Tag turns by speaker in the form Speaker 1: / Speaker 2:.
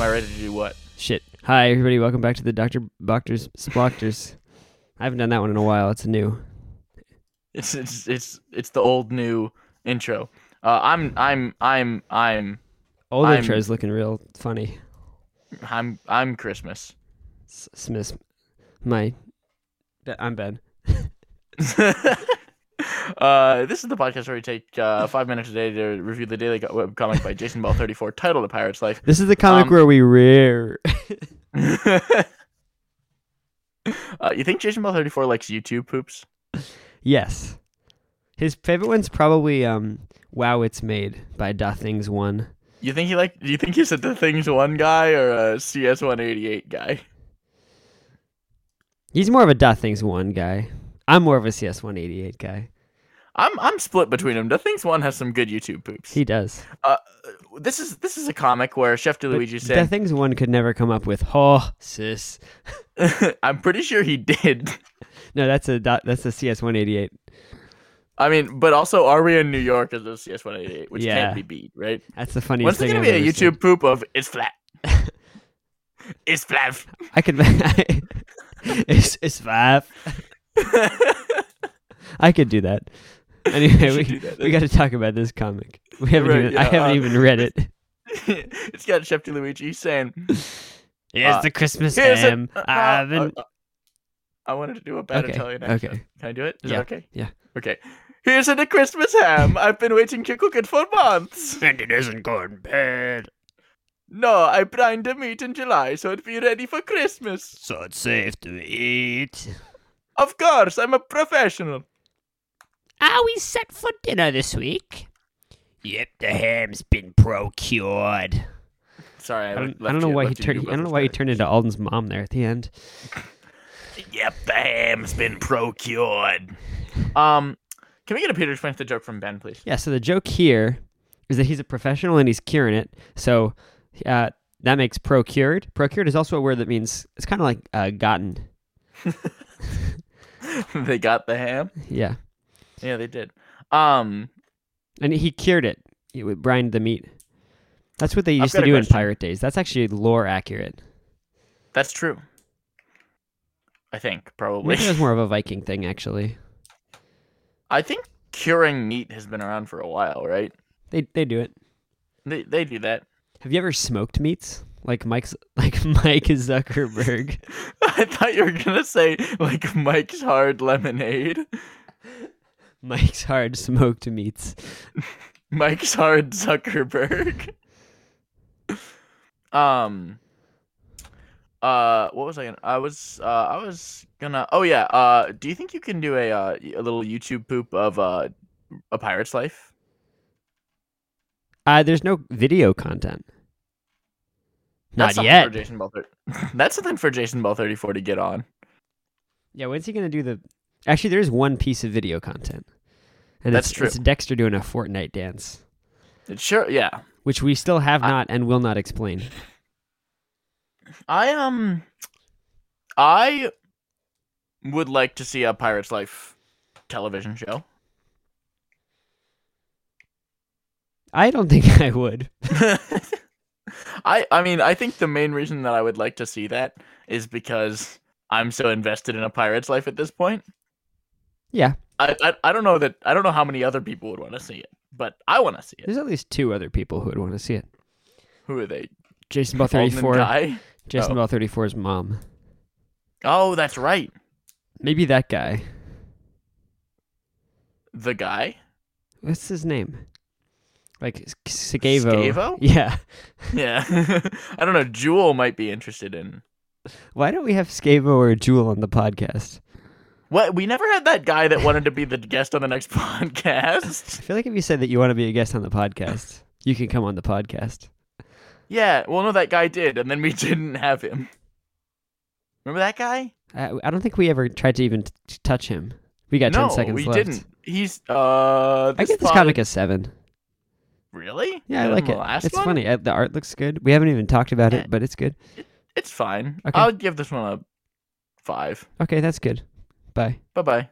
Speaker 1: ready to do what?
Speaker 2: Shit. Hi, everybody. Welcome back to the Doctor Doctors Blockers. I haven't done that one in a while. It's new.
Speaker 1: It's it's it's it's the old new intro. Uh, I'm I'm I'm I'm
Speaker 2: Old
Speaker 1: I'm-
Speaker 2: intro's looking real funny.
Speaker 1: I'm I'm Christmas.
Speaker 2: S- Smith, my, Be- I'm Ben.
Speaker 1: uh, this is the podcast where we take uh, five minutes a day to review the daily co- web comic by Jason Ball thirty four titled "A Pirate's Life."
Speaker 2: This is the comic
Speaker 1: Um,
Speaker 2: where we rare.
Speaker 1: uh, you think Jason Ball thirty four likes YouTube poops?
Speaker 2: yes, his favorite one's probably um. Wow, it's made by Da Things One.
Speaker 1: You think he like? Do you think he's a the things one guy or a CS one eighty eight guy?
Speaker 2: He's more of a Da Things One guy. I'm more of a CS 188 guy.
Speaker 1: I'm I'm split between them. The things one has some good YouTube poops.
Speaker 2: He does.
Speaker 1: uh, this is this is a comic where Chef
Speaker 2: But
Speaker 1: DeLuigi
Speaker 2: Da
Speaker 1: said.
Speaker 2: Things One could never come up with "Oh, sis."
Speaker 1: I'm pretty sure he did.
Speaker 2: No, that's a Da- that's a CS 188.
Speaker 1: I mean, but also, are we in New York as a CS one eighty eight, which
Speaker 2: Yeah.
Speaker 1: can't be beat, right?
Speaker 2: That's the funniest
Speaker 1: When's there
Speaker 2: thing.
Speaker 1: gonna
Speaker 2: I've
Speaker 1: be a
Speaker 2: ever seen.
Speaker 1: YouTube poop of it's flat? it's flat.
Speaker 2: I could. it's it's five. I could do that. Anyway,
Speaker 1: should
Speaker 2: we,
Speaker 1: do that.
Speaker 2: we got to talk about this comic. We haven't
Speaker 1: Right,
Speaker 2: even. I
Speaker 1: yeah,
Speaker 2: haven't
Speaker 1: uh,
Speaker 2: even read it.
Speaker 1: it's got Chef DeLuigi saying,
Speaker 2: Here's
Speaker 1: uh,
Speaker 2: the Christmas
Speaker 1: "Here's a-
Speaker 2: ham.
Speaker 1: uh, uh,
Speaker 2: I haven't.
Speaker 1: uh, uh." I wanted to do a bad
Speaker 2: Okay,
Speaker 1: Italian accent.
Speaker 2: okay.
Speaker 1: Can I do it? Is
Speaker 2: Yeah,
Speaker 1: that okay?
Speaker 2: yeah.
Speaker 1: Okay. Here's a Christmas ham. I've been waiting to cook it for months.
Speaker 2: and it isn't going bad,
Speaker 1: No, I brined the meat in July, so it'd be ready for Christmas.
Speaker 2: so it's safe to eat.
Speaker 1: Of course, I'm a professional.
Speaker 2: Are we set for dinner this week? Yep, the ham's been procured.
Speaker 1: Sorry, I,
Speaker 2: I don't,
Speaker 1: left
Speaker 2: I don't know
Speaker 1: you-
Speaker 2: why he
Speaker 1: left you to
Speaker 2: turned.
Speaker 1: do
Speaker 2: I don't know
Speaker 1: both
Speaker 2: why he
Speaker 1: of
Speaker 2: turned into Alden's mom there at the end.
Speaker 1: that. Yep, the ham's been procured. Um, can we get a Peter Smith the joke from Ben, please?
Speaker 2: Yeah, so the joke here is that he's a professional and he's curing it. So uh, that makes procured. Procured is also a word that means it's kind of like uh, gotten.
Speaker 1: they got the ham.
Speaker 2: Yeah.
Speaker 1: Yeah, they did. Um,
Speaker 2: And he cured it. He would brine the meat. That's what they
Speaker 1: I've
Speaker 2: used
Speaker 1: got
Speaker 2: to
Speaker 1: a
Speaker 2: do in
Speaker 1: question.
Speaker 2: pirate days. That's actually lore accurate.
Speaker 1: that's true. I think probably.
Speaker 2: Maybe it was more of a Viking thing, actually.
Speaker 1: I think curing meat has been around for a while, right?
Speaker 2: They they do it.
Speaker 1: They they do that.
Speaker 2: Have you ever smoked meats? Like Mike's, like Mike Zuckerberg.
Speaker 1: I thought you were gonna say like Mike's hard lemonade,
Speaker 2: Mike's hard smoked meats.
Speaker 1: Mike's hard Zuckerberg. um. Uh, what was I gonna? I was uh, I was gonna. Oh yeah. Uh, do you think you can do a uh, a little YouTube poop of uh, a pirate's life?
Speaker 2: Uh, there's no video content.
Speaker 1: That's
Speaker 2: Not
Speaker 1: something
Speaker 2: yet.
Speaker 1: For Jason Ball thir- That's something for Jason Ball 34 to get on.
Speaker 2: Yeah, when's he gonna do the? Actually, there is one piece of video content, and
Speaker 1: That's
Speaker 2: it's,
Speaker 1: true.
Speaker 2: It's Dexter doing a Fortnite dance,
Speaker 1: It sure, yeah.
Speaker 2: which we still have
Speaker 1: I-
Speaker 2: not and will not explain.
Speaker 1: I um, I would like to see a Pirates Life television show.
Speaker 2: I don't think I would.
Speaker 1: I I mean, I think the main reason that I would like to see that is because I'm so invested in a Pirates Life at this point.
Speaker 2: Yeah.
Speaker 1: I I, I don't know that I don't know how many other people would want to see it, but I want to see it.
Speaker 2: There's at least two other people who would want to see it.
Speaker 1: Who are they?
Speaker 2: Jason Bell
Speaker 1: Alden and
Speaker 2: 34.
Speaker 1: Guy?
Speaker 2: Jason
Speaker 1: Oh.
Speaker 2: Bell 34's mom.
Speaker 1: Oh, that's right.
Speaker 2: Maybe that guy.
Speaker 1: The guy.
Speaker 2: What's his name? Like S- Sgavo.
Speaker 1: Scavo?
Speaker 2: Yeah.
Speaker 1: Yeah. I don't know. Jewel might be interested in.
Speaker 2: Why don't we have Scavo or Jewel on the podcast?
Speaker 1: What? We never had that guy that wanted to be the guest on the next podcast.
Speaker 2: I feel like if you said that you want to be a guest on the podcast, you can come on the podcast.
Speaker 1: Yeah. Well, no, that guy did, and then we didn't have him. Remember that guy?
Speaker 2: I, Uh, I don't think we ever tried to even t- t- touch him. We got
Speaker 1: no,
Speaker 2: ten seconds
Speaker 1: we
Speaker 2: left.
Speaker 1: didn't. He's uh.
Speaker 2: I give this
Speaker 1: pod-
Speaker 2: comic a seven.
Speaker 1: Really?
Speaker 2: Yeah, I
Speaker 1: Better
Speaker 2: like
Speaker 1: than
Speaker 2: it.
Speaker 1: the last
Speaker 2: It's
Speaker 1: one? Eh.
Speaker 2: funny. I, the art looks good. We haven't even talked about
Speaker 1: Yeah.
Speaker 2: it, but it's good.
Speaker 1: It's fine.
Speaker 2: Okay.
Speaker 1: I'll give this one a five.
Speaker 2: Okay, that's good. Bye.
Speaker 1: Bye bye.